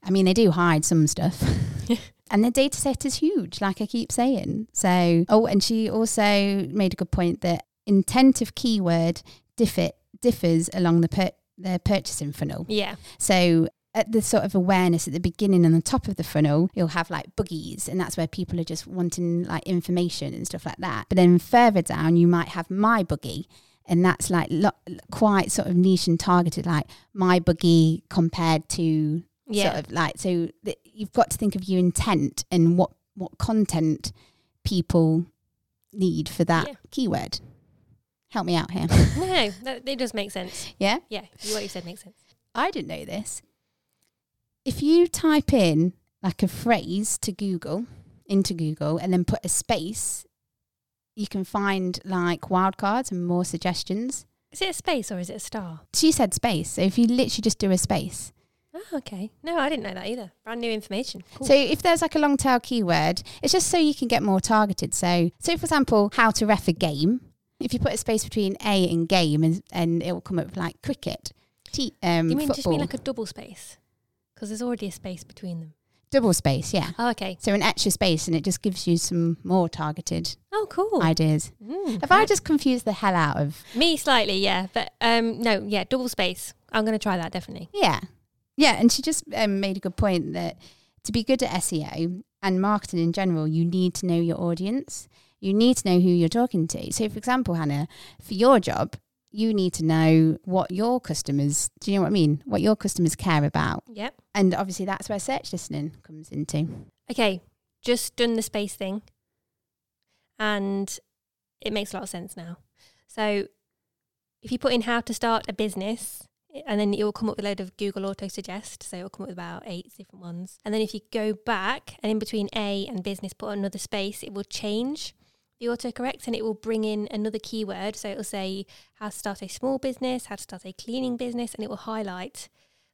Speaker 2: I mean, they do hide some stuff. and the data set is huge, like I keep saying. So, oh, and she also made a good point that intent of keyword differ, differs along the, per, the purchasing funnel.
Speaker 1: Yeah.
Speaker 2: So, at the sort of awareness at the beginning and the top of the funnel, you'll have like boogies, and that's where people are just wanting like information and stuff like that. But then further down, you might have my boogie, and that's like lo- quite sort of niche and targeted, like my boogie compared to
Speaker 1: Yeah.
Speaker 2: sort of like so th- you've got to think of your intent and what what content people need for that
Speaker 1: Yeah.
Speaker 2: keyword. Help me out here.
Speaker 1: no, that, it does make sense.
Speaker 2: yeah.
Speaker 1: Yeah. What you said makes sense.
Speaker 2: I didn't know this. If you type in like a phrase to Google, into Google, and then put a space, you can find like wildcards and more suggestions.
Speaker 1: Is it a space or is it a star?
Speaker 2: She said space. So if you literally just do a space.
Speaker 1: Oh, okay. No, I didn't know that either. Brand new information. Cool.
Speaker 2: So if there's like a long tail keyword, it's just so you can get more targeted. So, so for example, how to ref a game. If you put a space between A and game, and, and it will come up with like cricket, te- um,
Speaker 1: Do you mean
Speaker 2: football,
Speaker 1: just mean like a double space? Because there's already a space between them.
Speaker 2: double space, yeah.
Speaker 1: Oh, okay.
Speaker 2: So an extra space, and it just gives you some more targeted
Speaker 1: Oh, cool.
Speaker 2: ideas.
Speaker 1: Mm.
Speaker 2: Have I just confused the hell out of?
Speaker 1: Me slightly, yeah, but um, no, yeah, double space. I'm going to try that definitely.
Speaker 2: Yeah, yeah. And she just um, made a good point that to be good at SEO and marketing in general, you need to know your audience. You need to know who you're talking to. So, for example, Hannah, for your job, you need to know what your customers. Do you know what I mean? What your customers care about,
Speaker 1: Yep.
Speaker 2: and obviously that's where search listening comes into.
Speaker 1: Okay, just done the space thing, and it makes a lot of sense now. So, if you put in how to start a business, and then it will come up with a load of Google Auto Suggest, so it will come up with about eight different ones. And then if you go back and in between A and business, put another space, it will change the autocorrect and it will bring in another keyword. So it will say how to start a small business, how to start a cleaning business, and it will highlight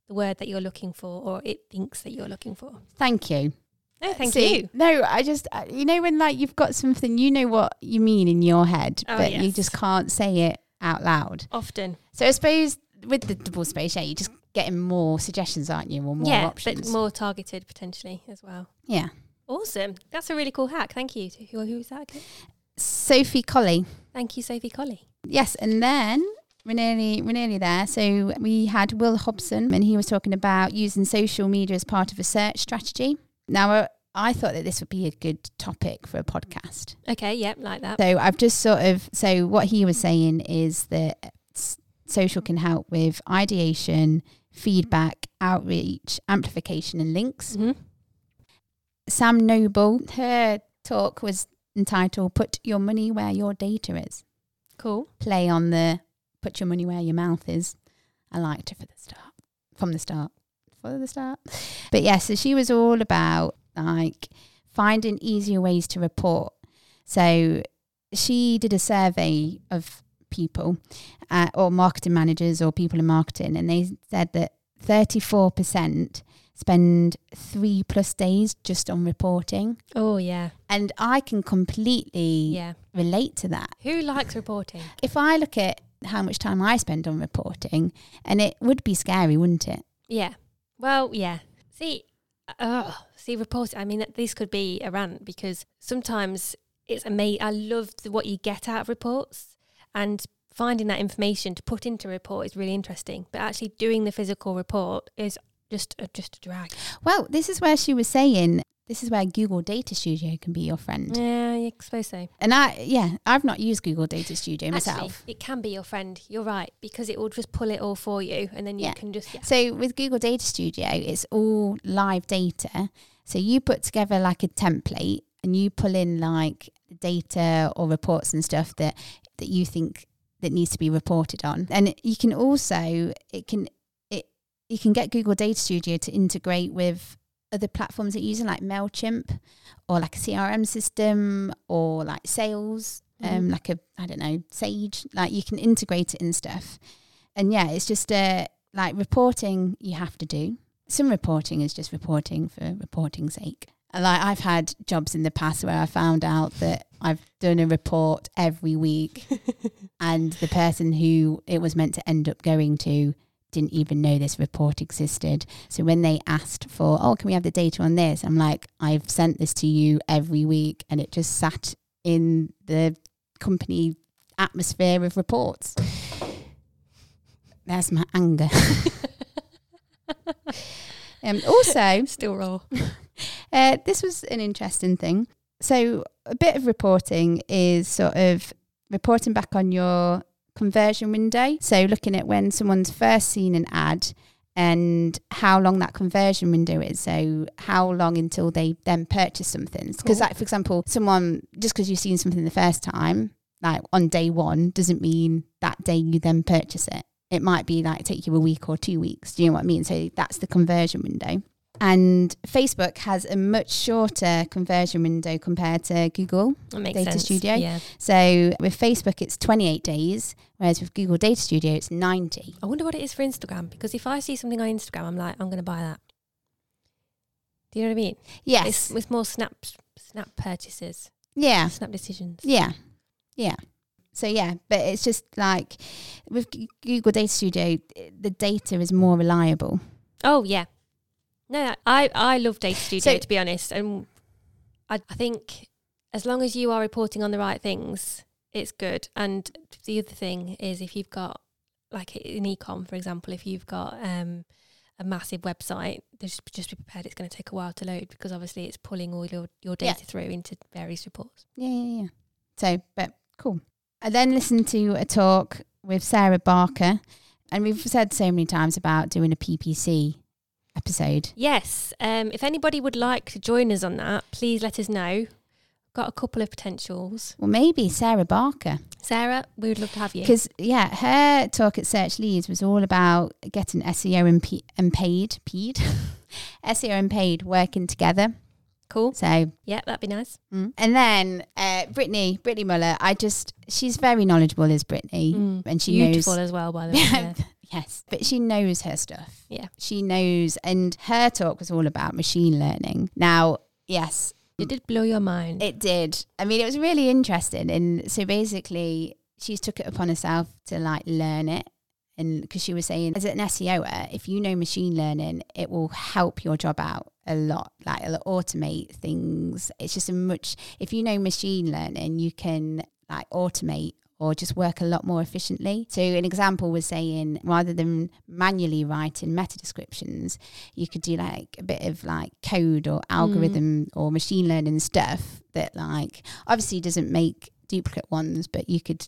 Speaker 1: the word that you're looking for or it thinks that you're looking for.
Speaker 2: Thank you.
Speaker 1: No, thank
Speaker 2: See,
Speaker 1: you.
Speaker 2: No, I just I- you know when like you've got something you know what you mean in your head,
Speaker 1: Oh,
Speaker 2: but you
Speaker 1: yes.
Speaker 2: just can't say it out loud.
Speaker 1: Often.
Speaker 2: So I suppose with the double space, yeah, you're just getting more suggestions, aren't you, or more
Speaker 1: yeah,
Speaker 2: options?
Speaker 1: but more targeted potentially as well.
Speaker 2: yeah.
Speaker 1: Awesome. That's a really cool hack. Thank you. To- Who, who was that again?
Speaker 2: Sophie Colley.
Speaker 1: Thank you, Sophie Colley.
Speaker 2: Yes, and then we're nearly we're nearly there. So we had Will Hobson, and he was talking about using social media as part of a search strategy. Now. I I thought that this would be a good topic for a podcast.
Speaker 1: Okay, yep, like that.
Speaker 2: So I've just sort of so what he was saying is that s- social can help with ideation, feedback, outreach, amplification, and links.
Speaker 1: Mhm.
Speaker 2: Sam Noble, her talk was entitled "Put Your Money Where Your Data Is."
Speaker 1: Cool.
Speaker 2: Play on the "Put Your Money Where Your Mouth Is." I liked it for the start, from the start, for the start. But yeah, so she was all about like finding easier ways to report. So she did a survey of people uh, or marketing managers or people in marketing, and they said that 34% spend three plus days just on reporting.
Speaker 1: Oh, yeah.
Speaker 2: And I can completely
Speaker 1: Yeah.
Speaker 2: relate to that.
Speaker 1: Who likes reporting?
Speaker 2: If I look at how much time I spend on reporting, and it would be scary, wouldn't it?
Speaker 1: Yeah. Well, yeah. See, oh, see, reporting. I mean, that- this could be a rant because sometimes it's amazing. I love the, what you get out of reports and finding that information to put into a report is really interesting. But actually doing the physical report is just a, just a drag.
Speaker 2: Well, this is where she was saying this is where Google Data Studio can be your friend.
Speaker 1: Yeah, I suppose so.
Speaker 2: And I, yeah, I've not used Google Data Studio
Speaker 1: Actually,
Speaker 2: myself.
Speaker 1: it can be your friend. You're right because it will just pull it all for you, and then you
Speaker 2: Yeah.
Speaker 1: can just yeah.
Speaker 2: So with Google Data Studio, it's all live data. So you put together like a template and you pull in like data or reports and stuff that that you think that needs to be reported on. And you can also it can it you can get Google Data Studio to integrate with other platforms that you're using like Mailchimp or like a CRM system or like sales um
Speaker 1: Mhm.
Speaker 2: like a I don't know Sage like you can integrate it in stuff. And yeah, it's just uh like reporting you have to do. Some reporting is just reporting for reporting's sake. And, Like I've had jobs in the past where I found out that I've done a report every week and the person who it was meant to end up going to didn't even know this report existed. So when they asked for, oh, can we have the data on this? I'm like, I've sent this to you every week and it just sat in the company atmosphere of reports. There's my anger. Um, also,
Speaker 1: Still raw.
Speaker 2: uh, this was an interesting thing. So, a bit of reporting is sort of reporting back on your conversion window. So, looking at when someone's first seen an ad and how long that conversion window is. So, how long until they then purchase something. Because,
Speaker 1: Cool.
Speaker 2: like, for example, someone just because you've seen something the first time, like on day one, doesn't mean that day you then purchase it. It might be like take you a week or two weeks. Do you know what I mean? So, that's the conversion window. And Facebook has a much shorter conversion window compared to Google.
Speaker 1: That makes
Speaker 2: Data
Speaker 1: sense.
Speaker 2: Studio.
Speaker 1: Yeah.
Speaker 2: So with Facebook, it's 28 days, whereas with Google Data Studio, it's 90.
Speaker 1: I wonder what it is for Instagram because if I see something on Instagram, I'm like, I'm going to buy that. Do you know what I mean? It's
Speaker 2: Yes.
Speaker 1: with more snap snap purchases,
Speaker 2: yeah.
Speaker 1: snap decisions.
Speaker 2: Yeah. Yeah. So yeah, but it's just like with G- Google Data Studio, the data is more reliable.
Speaker 1: Oh yeah, no, I I love Data Studio
Speaker 2: So-
Speaker 1: to be honest, and I I think as long as you are reporting on the right things, it's good. And the other thing is if you've got like in ecom, for example, if you've got um a massive website, just just be prepared. It's going to take a while to load because obviously it's pulling all your your
Speaker 2: Yeah.
Speaker 1: data through into various reports.
Speaker 2: Yeah, yeah, yeah. So, but cool. I then listened to a talk with Sarah Barker, and we've said so many times about doing a PPC episode.
Speaker 1: Yes. Um, if anybody would like to join us on that, please let us know. Got a couple of potentials.
Speaker 2: Well, maybe Sarah Barker.
Speaker 1: Sarah, we would love to have you.
Speaker 2: Because, yeah, her talk at Search Leads was all about getting SEO and, P- and paid, paid, SEO and paid working together.
Speaker 1: Cool.
Speaker 2: So,
Speaker 1: Yeah, that'd be nice.
Speaker 2: mm. and then uh, Brittany, Brittany Muller, I just, she's very knowledgeable as Brittany.
Speaker 1: Mm.
Speaker 2: And she
Speaker 1: Beautiful
Speaker 2: knows.
Speaker 1: as well, by the way. yeah.
Speaker 2: yes. But she knows her stuff.
Speaker 1: Yeah.
Speaker 2: She knows. And her talk was all about machine learning. Now, yes,
Speaker 1: It did blow your mind.
Speaker 2: It did. I mean, it was really interesting. And so basically, she's took it upon herself to like learn it. And because she was saying, as an SEOer, uh, if you know machine learning, it will help your job out a lot. Like it'll automate things. It's just a much, if you know machine learning, you can like automate or just work a lot more efficiently. So an example was saying rather than manually writing meta descriptions, you could do like a bit of like code or algorithm or machine learning stuff that like obviously doesn't make duplicate ones, but you could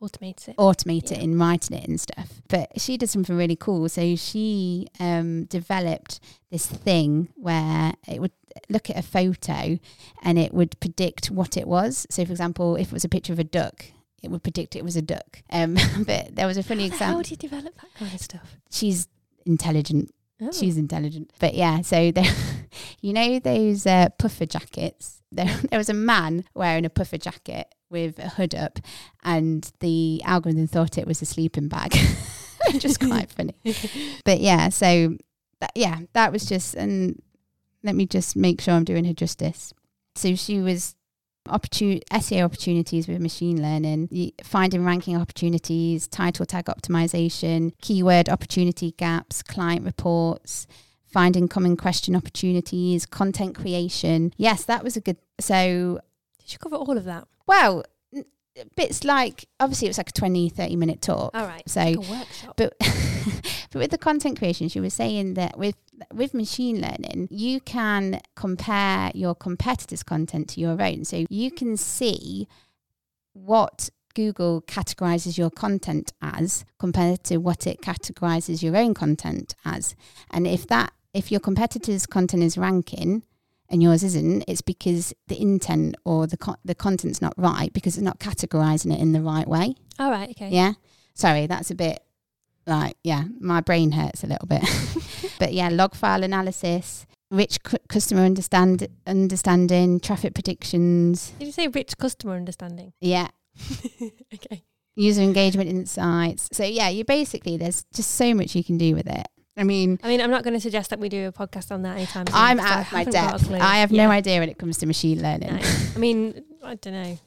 Speaker 1: Automates it.
Speaker 2: automate it
Speaker 1: Yeah.
Speaker 2: in writing it and stuff. But she did something really cool. So she um, developed this thing where it would look at a photo and it would predict what it was. So, for example, if it was a picture of a duck, it would predict it was a duck. Um, but there was a funny
Speaker 1: How the hell
Speaker 2: example.
Speaker 1: do you develop that kind of stuff?
Speaker 2: She's intelligent.
Speaker 1: Oh.
Speaker 2: She's intelligent. But yeah, so there, you know those uh, puffer jackets? There, there was a man wearing a puffer jacket with a hood up, and the algorithm thought it was a sleeping bag. which was quite funny. But yeah, so that, yeah, that was just, and let me just make sure I'm doing her justice. So she was opportun- SEO opportunities with machine learning, y- finding ranking opportunities, title tag optimization, keyword opportunity gaps, client reports, finding common question opportunities, content creation. Yes, that was a good.
Speaker 1: Oh,
Speaker 2: So,
Speaker 1: Did you cover all of that?
Speaker 2: well, n- bits like obviously it was like a 20, 30 minute talk.
Speaker 1: All right.
Speaker 2: So,
Speaker 1: A workshop.
Speaker 2: but but with the content creation she was saying that with with machine learning you can compare your competitors content to your own so you can see what google categorizes your content as compared to what it categorizes your own content as and if that if your competitors content is ranking and yours isn't it's because the intent or the co- the content's not right because it's not categorizing it in the right way
Speaker 1: All right. Okay.
Speaker 2: yeah. Sorry, that's a bit like, yeah, my brain hurts a little bit. but yeah, log file analysis, rich cu- customer understand understanding, traffic predictions.
Speaker 1: Did you say rich customer understanding?
Speaker 2: Yeah.
Speaker 1: okay.
Speaker 2: User engagement insights. So yeah, you basically, there's just so much you can do with it. I mean,
Speaker 1: I mean, I'm not going to suggest that we do a podcast on that anytime soon.
Speaker 2: I'm
Speaker 1: 'cause I
Speaker 2: out of my
Speaker 1: haven't got a
Speaker 2: depth.
Speaker 1: clue.
Speaker 2: I have
Speaker 1: Yeah.
Speaker 2: no idea when it comes to machine learning.
Speaker 1: I mean, I don't know.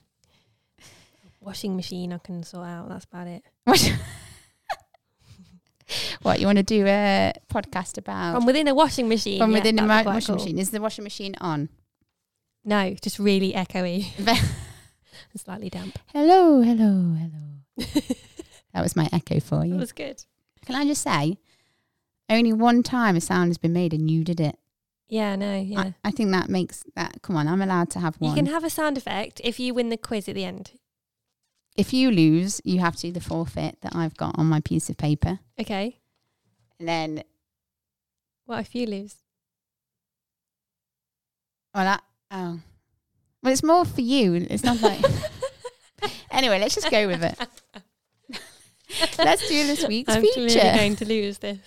Speaker 1: Washing machine, I can sort out. That's about it.
Speaker 2: what, what, you want to do a podcast about?
Speaker 1: From within a washing machine.
Speaker 2: Oh. From
Speaker 1: yeah,
Speaker 2: within the
Speaker 1: that'd be
Speaker 2: mo-
Speaker 1: quite
Speaker 2: washing
Speaker 1: cool.
Speaker 2: machine. Is the washing machine on?
Speaker 1: No, just really echoey and slightly damp.
Speaker 2: Hello, hello, hello.
Speaker 1: that
Speaker 2: That was my echo for you.
Speaker 1: was good.
Speaker 2: Can I just say, only one time a sound has been made and you did it.
Speaker 1: Yeah, no, yeah.
Speaker 2: I, I think that makes that. Come on, I'm allowed to have
Speaker 1: you
Speaker 2: one.
Speaker 1: can have a sound effect if you win the quiz at the end.
Speaker 2: if you lose, you have to do the forfeit that I've got on my piece of paper.
Speaker 1: Okay.
Speaker 2: And then,
Speaker 1: What if you lose?
Speaker 2: well, that, oh. Well, it's more for you. It's not like. anyway, let's just go with it. Let's do this week's
Speaker 1: I'm
Speaker 2: feature.
Speaker 1: clearly going to lose this.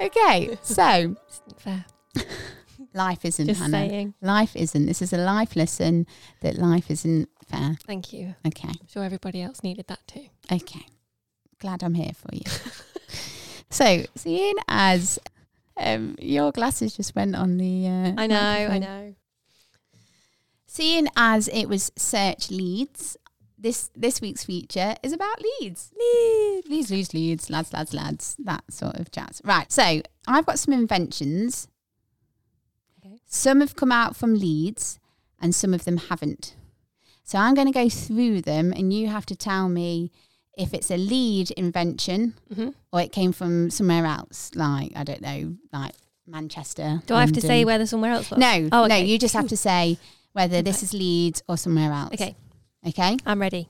Speaker 2: Okay, so
Speaker 1: Isn't fair.
Speaker 2: life isn't,
Speaker 1: Just
Speaker 2: Hannah.
Speaker 1: saying.
Speaker 2: Life isn't. This is a life lesson that life isn't fair.
Speaker 1: Thank you.
Speaker 2: Okay.
Speaker 1: I'm sure everybody else needed that too.
Speaker 2: Okay. Glad I'm here for you. so, seeing as um, your glasses just went on the. Uh,
Speaker 1: I know, I
Speaker 2: microphone.
Speaker 1: know.
Speaker 2: Seeing as it was search leads, this this week's feature is about leads. Leads, leads, leads, leads, lads, lads, lads, that sort of jazz. Right. So, I've got some inventions.
Speaker 1: Okay.
Speaker 2: Some have come out from leads and some of them haven't. So, I'm going to go through them and you have to tell me if it's a lead invention
Speaker 1: hmm
Speaker 2: or it came from somewhere else, like I don't know, like Manchester.
Speaker 1: Do I have to say
Speaker 2: London.
Speaker 1: whether somewhere else was?
Speaker 2: No,
Speaker 1: Oh,
Speaker 2: no.
Speaker 1: okay.
Speaker 2: You just have to say whether this is Leeds or somewhere else.
Speaker 1: Okay,
Speaker 2: Okay.
Speaker 1: I'm ready.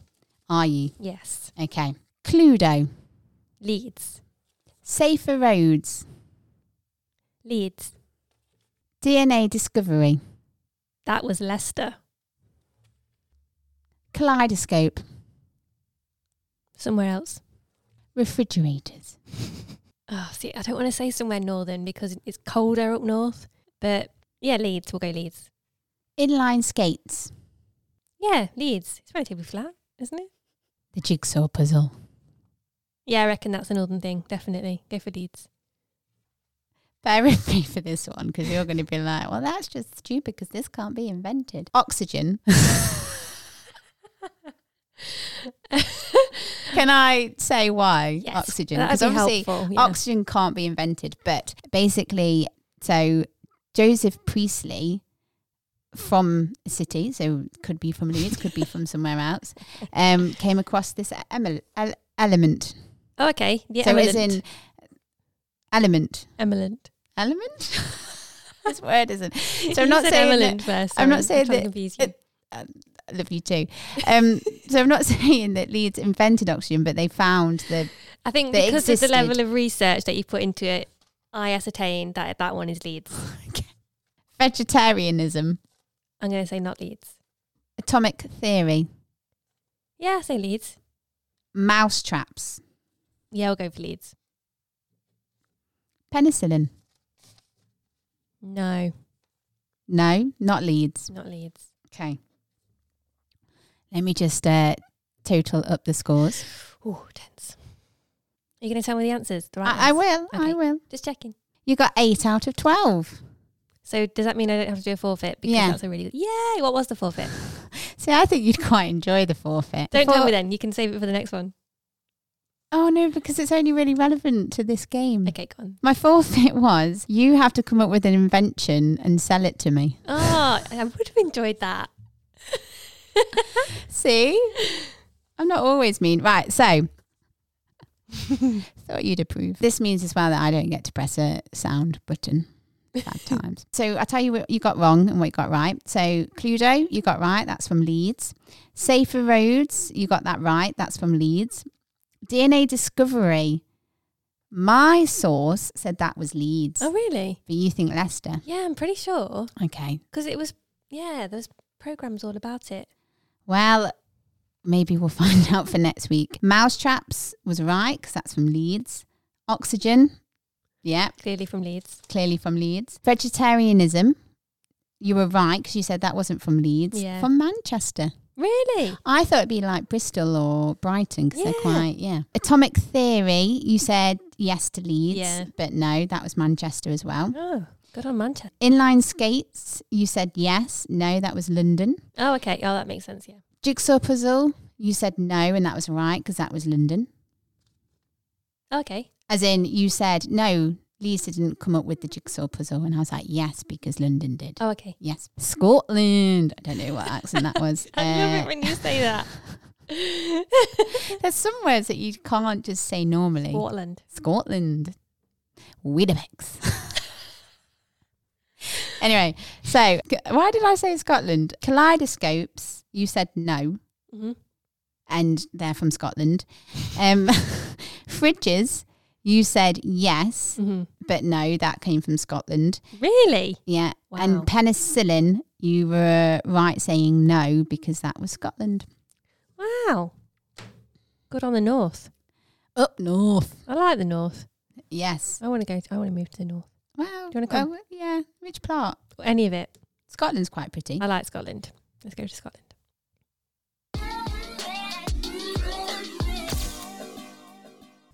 Speaker 2: Are you
Speaker 1: Yes.
Speaker 2: okay? Cluedo,
Speaker 1: Leeds.
Speaker 2: safer roads,
Speaker 1: Leeds.
Speaker 2: DNA discovery,
Speaker 1: That was Leicester.
Speaker 2: kaleidoscope,
Speaker 1: Somewhere else.
Speaker 2: refrigerators,
Speaker 1: Oh, see, I don't want to say somewhere northern because it's colder up north. But yeah, Leeds. We'll go Leeds.
Speaker 2: inline skates,
Speaker 1: Yeah, Leeds. It's relatively flat, isn't it?
Speaker 2: the jigsaw puzzle,
Speaker 1: Yeah, I reckon that's a northern thing. Definitely. Go for Leeds.
Speaker 2: Bear with me for this one because you're going to be like, well, that's just stupid because this can't be invented. Oxygen. Can I say why?
Speaker 1: Yes.
Speaker 2: Oxygen.
Speaker 1: That'd
Speaker 2: Because
Speaker 1: be
Speaker 2: obviously,
Speaker 1: helpful. yeah.
Speaker 2: oxygen can't be invented. But basically, so Joseph Priestley from a city, so could be from Leeds, could be from somewhere else, um, came across this emel- el- element.
Speaker 1: oh, okay. Yeah,
Speaker 2: so,
Speaker 1: eminent.
Speaker 2: as in, element.
Speaker 1: eminent.
Speaker 2: Element? this word isn't. So I'm
Speaker 1: You
Speaker 2: not
Speaker 1: said
Speaker 2: saying that,
Speaker 1: eminent first.
Speaker 2: I'm not
Speaker 1: sorry.
Speaker 2: saying
Speaker 1: trying to
Speaker 2: that
Speaker 1: confuse you.
Speaker 2: it- I love you too. Um, so I'm not saying that Leeds invented oxygen, but they found the
Speaker 1: I think
Speaker 2: they
Speaker 1: because of
Speaker 2: existed.
Speaker 1: the level of research that you put into it, I ascertain that that one is Leeds.
Speaker 2: vegetarianism,
Speaker 1: I'm going to say not Leeds.
Speaker 2: atomic theory,
Speaker 1: Yeah, I say Leeds.
Speaker 2: mouse traps,
Speaker 1: Yeah, I'll go for Leeds.
Speaker 2: penicillin.
Speaker 1: No,
Speaker 2: No, not Leeds.
Speaker 1: not Leeds.
Speaker 2: Okay. Let me just uh, total up the scores.
Speaker 1: Ooh, tense. Are you going to tell me the answers? The right
Speaker 2: I, I
Speaker 1: ones?
Speaker 2: will. I
Speaker 1: Okay.
Speaker 2: will.
Speaker 1: Just checking.
Speaker 2: You got eight out of 12.
Speaker 1: So does that mean I don't have to do a forfeit? Because
Speaker 2: Yeah.
Speaker 1: that's a really good. Yay! What was the forfeit?
Speaker 2: See, I think you'd quite enjoy the forfeit.
Speaker 1: Don't tell
Speaker 2: For-
Speaker 1: me then. You can save it for the next one.
Speaker 2: Oh, no, because it's only really relevant to this game.
Speaker 1: Okay, go on.
Speaker 2: My forfeit was you have to come up with an invention and sell it to me.
Speaker 1: Oh, I would have enjoyed that.
Speaker 2: See? I'm not always mean. Right, so thought you'd approve. This means as well that I don't get to press a sound button five times. So I'll tell you what you got wrong and what you got right. So Cluedo, you got right, that's from Leeds. Safer Roads, you got that right, that's from Leeds. DNA Discovery, my source said that was Leeds.
Speaker 1: Oh, really?
Speaker 2: But you think Leicester.
Speaker 1: Yeah, I'm pretty sure
Speaker 2: Okay.
Speaker 1: because it was. Yeah, there's programs all about it.
Speaker 2: Well, maybe we'll find out for next week. Mousetraps was right because that's from Leeds. Oxygen, yeah,
Speaker 1: Clearly from Leeds.
Speaker 2: clearly from Leeds. Vegetarianism, you were right because you said that wasn't from Leeds,
Speaker 1: Yeah.
Speaker 2: from Manchester.
Speaker 1: Really?
Speaker 2: I thought it'd be like Bristol or Brighton because
Speaker 1: Yeah.
Speaker 2: they're quite, yeah. Atomic theory, you said yes to Leeds,
Speaker 1: Yeah.
Speaker 2: but no, that was Manchester as well.
Speaker 1: Oh, good on Manchester.
Speaker 2: Inline skates, you said yes, no, that was London.
Speaker 1: Oh, okay. Oh, that makes sense. Yeah.
Speaker 2: Jigsaw puzzle, you said no, and that was right because that was London.
Speaker 1: Okay.
Speaker 2: As in, you said no, Lisa didn't come up with the jigsaw puzzle, and I was like, yes, because London did.
Speaker 1: Oh, okay.
Speaker 2: Yes, Scotland. I don't know what accent that was.
Speaker 1: I love it
Speaker 2: Uh,
Speaker 1: when you say that.
Speaker 2: there's some words that you can't just say normally.
Speaker 1: Portland.
Speaker 2: Scotland, Weetabix. anyway, so c- why did I say Scotland? Kaleidoscopes. You said no.
Speaker 1: hmm
Speaker 2: and they're from Scotland. Um, fridges, you said yes,
Speaker 1: hmm
Speaker 2: but no, that came from Scotland.
Speaker 1: Really?
Speaker 2: Yeah.
Speaker 1: Wow.
Speaker 2: And penicillin, you were right saying no because that was Scotland.
Speaker 1: Wow. Good on the north.
Speaker 2: Up north.
Speaker 1: I like the north.
Speaker 2: Yes.
Speaker 1: I want to go. To, I want to move to the north.
Speaker 2: Wow.
Speaker 1: Do you wanna come?
Speaker 2: Well, yeah. Which part?
Speaker 1: Any of it.
Speaker 2: Scotland's quite pretty.
Speaker 1: I like Scotland. Let's go to Scotland.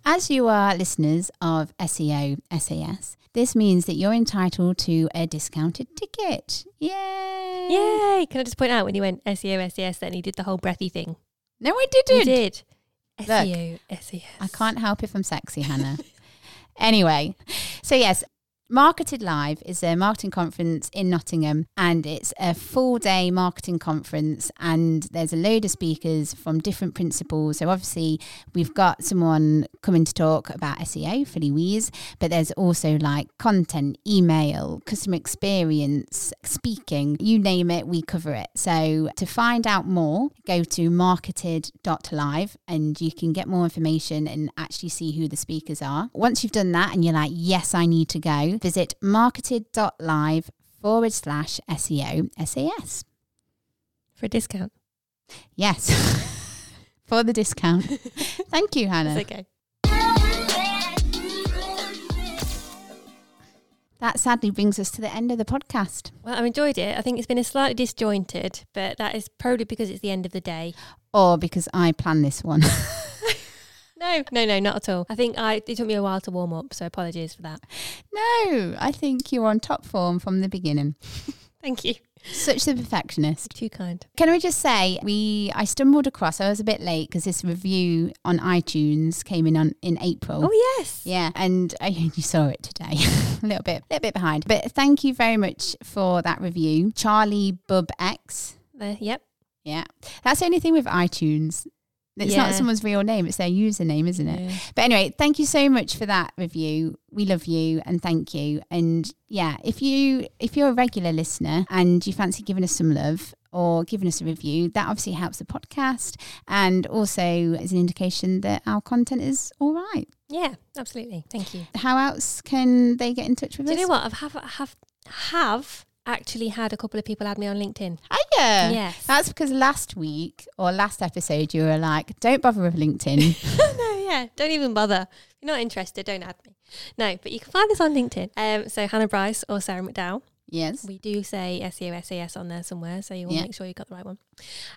Speaker 2: As you are listeners of E SEO SAS, this means that you're entitled to a discounted ticket. Yay!
Speaker 1: Yay! Can I just point out when you went E SEO SES, then he did the whole breathy thing.
Speaker 2: No, I didn't.
Speaker 1: You did. E
Speaker 2: Look.
Speaker 1: SEO SES.
Speaker 2: I can't help if I'm sexy, Hannah. anyway, so yes, Marketed Live is a marketing conference in Nottingham and it's a full day marketing conference and there's a load of speakers from different principles. So obviously we've got someone coming to talk about E SEO, Philly Wees, but there's also like content, email, customer experience, speaking, you name it, we cover it. So to find out more, go to marketed.live and you can get more information and actually see who the speakers are. Once you've done that and you're like, yes, I need to go, visit marketed.live forward slash E SEO SAS.
Speaker 1: For a discount.
Speaker 2: Yes. For the discount. Thank you, Hannah.
Speaker 1: It's okay.
Speaker 2: that sadly brings us to the end of the podcast.
Speaker 1: Well, I've enjoyed it. I think it's been a slightly disjointed, but that is probably because it's the end of the day.
Speaker 2: Or because I planned this one.
Speaker 1: No, no, no, not at all. I think I it took me a while to warm up, so apologies for that.
Speaker 2: No, I think you're on top form from the beginning.
Speaker 1: Thank you.
Speaker 2: Such the perfectionist.
Speaker 1: Too kind.
Speaker 2: Can I just say we I stumbled across I was a bit late because this review on iTunes came in on in April.
Speaker 1: Oh yes.
Speaker 2: Yeah, and I, you saw it today. a little bit, little bit behind. But thank you very much for that review, Charlie Bub X.
Speaker 1: There, yep.
Speaker 2: Yeah, that's the only thing with iTunes. It's
Speaker 1: Yeah.
Speaker 2: not someone's real name; it's their username, isn't it?
Speaker 1: Yeah.
Speaker 2: But anyway, thank you so much for that review. We love you and thank you. And yeah, if you if you're a regular listener and you fancy giving us some love or giving us a review, that obviously helps the podcast and also is an indication that our content is all right.
Speaker 1: Yeah, absolutely. Thank you.
Speaker 2: How else can they get in touch with
Speaker 1: Do
Speaker 2: us?
Speaker 1: you know what? I've have have have actually had a couple of people add me on LinkedIn.
Speaker 2: Hiya.
Speaker 1: Yes.
Speaker 2: That's because last week or last episode you were like, don't bother with LinkedIn.
Speaker 1: no, yeah. Don't even bother. If you're not interested, don't add me. No, but you can find us on LinkedIn. Um, so Hannah Bryce or Sarah McDowell.
Speaker 2: yes.
Speaker 1: E We do say SEO SAS on there somewhere, so you want
Speaker 2: Yeah.
Speaker 1: to make sure you got the right one.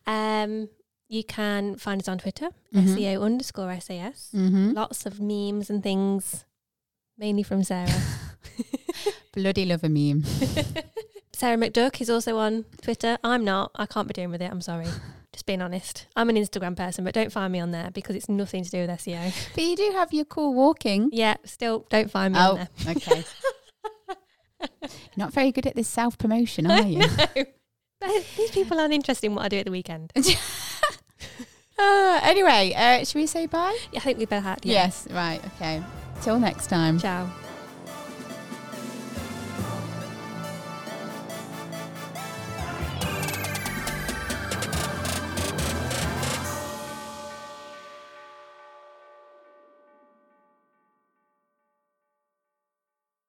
Speaker 1: Um, You can find us on Twitter,
Speaker 2: Mhm.
Speaker 1: SEO underscore SAS.
Speaker 2: Mm-hmm.
Speaker 1: Lots of memes and things, mainly from Sarah.
Speaker 2: Bloody love a meme.
Speaker 1: Sarah McDuck is also on Twitter. I'm not. I can't be doing with it. I'm sorry. Just being honest. I'm an Instagram person, but don't find me on there because it's nothing to do with SEO.
Speaker 2: But you do have your cool walking.
Speaker 1: Yeah, still don't find me on
Speaker 2: Oh,
Speaker 1: there.
Speaker 2: okay. Not very good at this self promotion, are you?
Speaker 1: No. But These people aren't interested in what I do at the weekend.
Speaker 2: Uh, anyway, uh, should we say bye?
Speaker 1: I think we better have. Yeah.
Speaker 2: Yes, right, okay. Till next time.
Speaker 1: Ciao.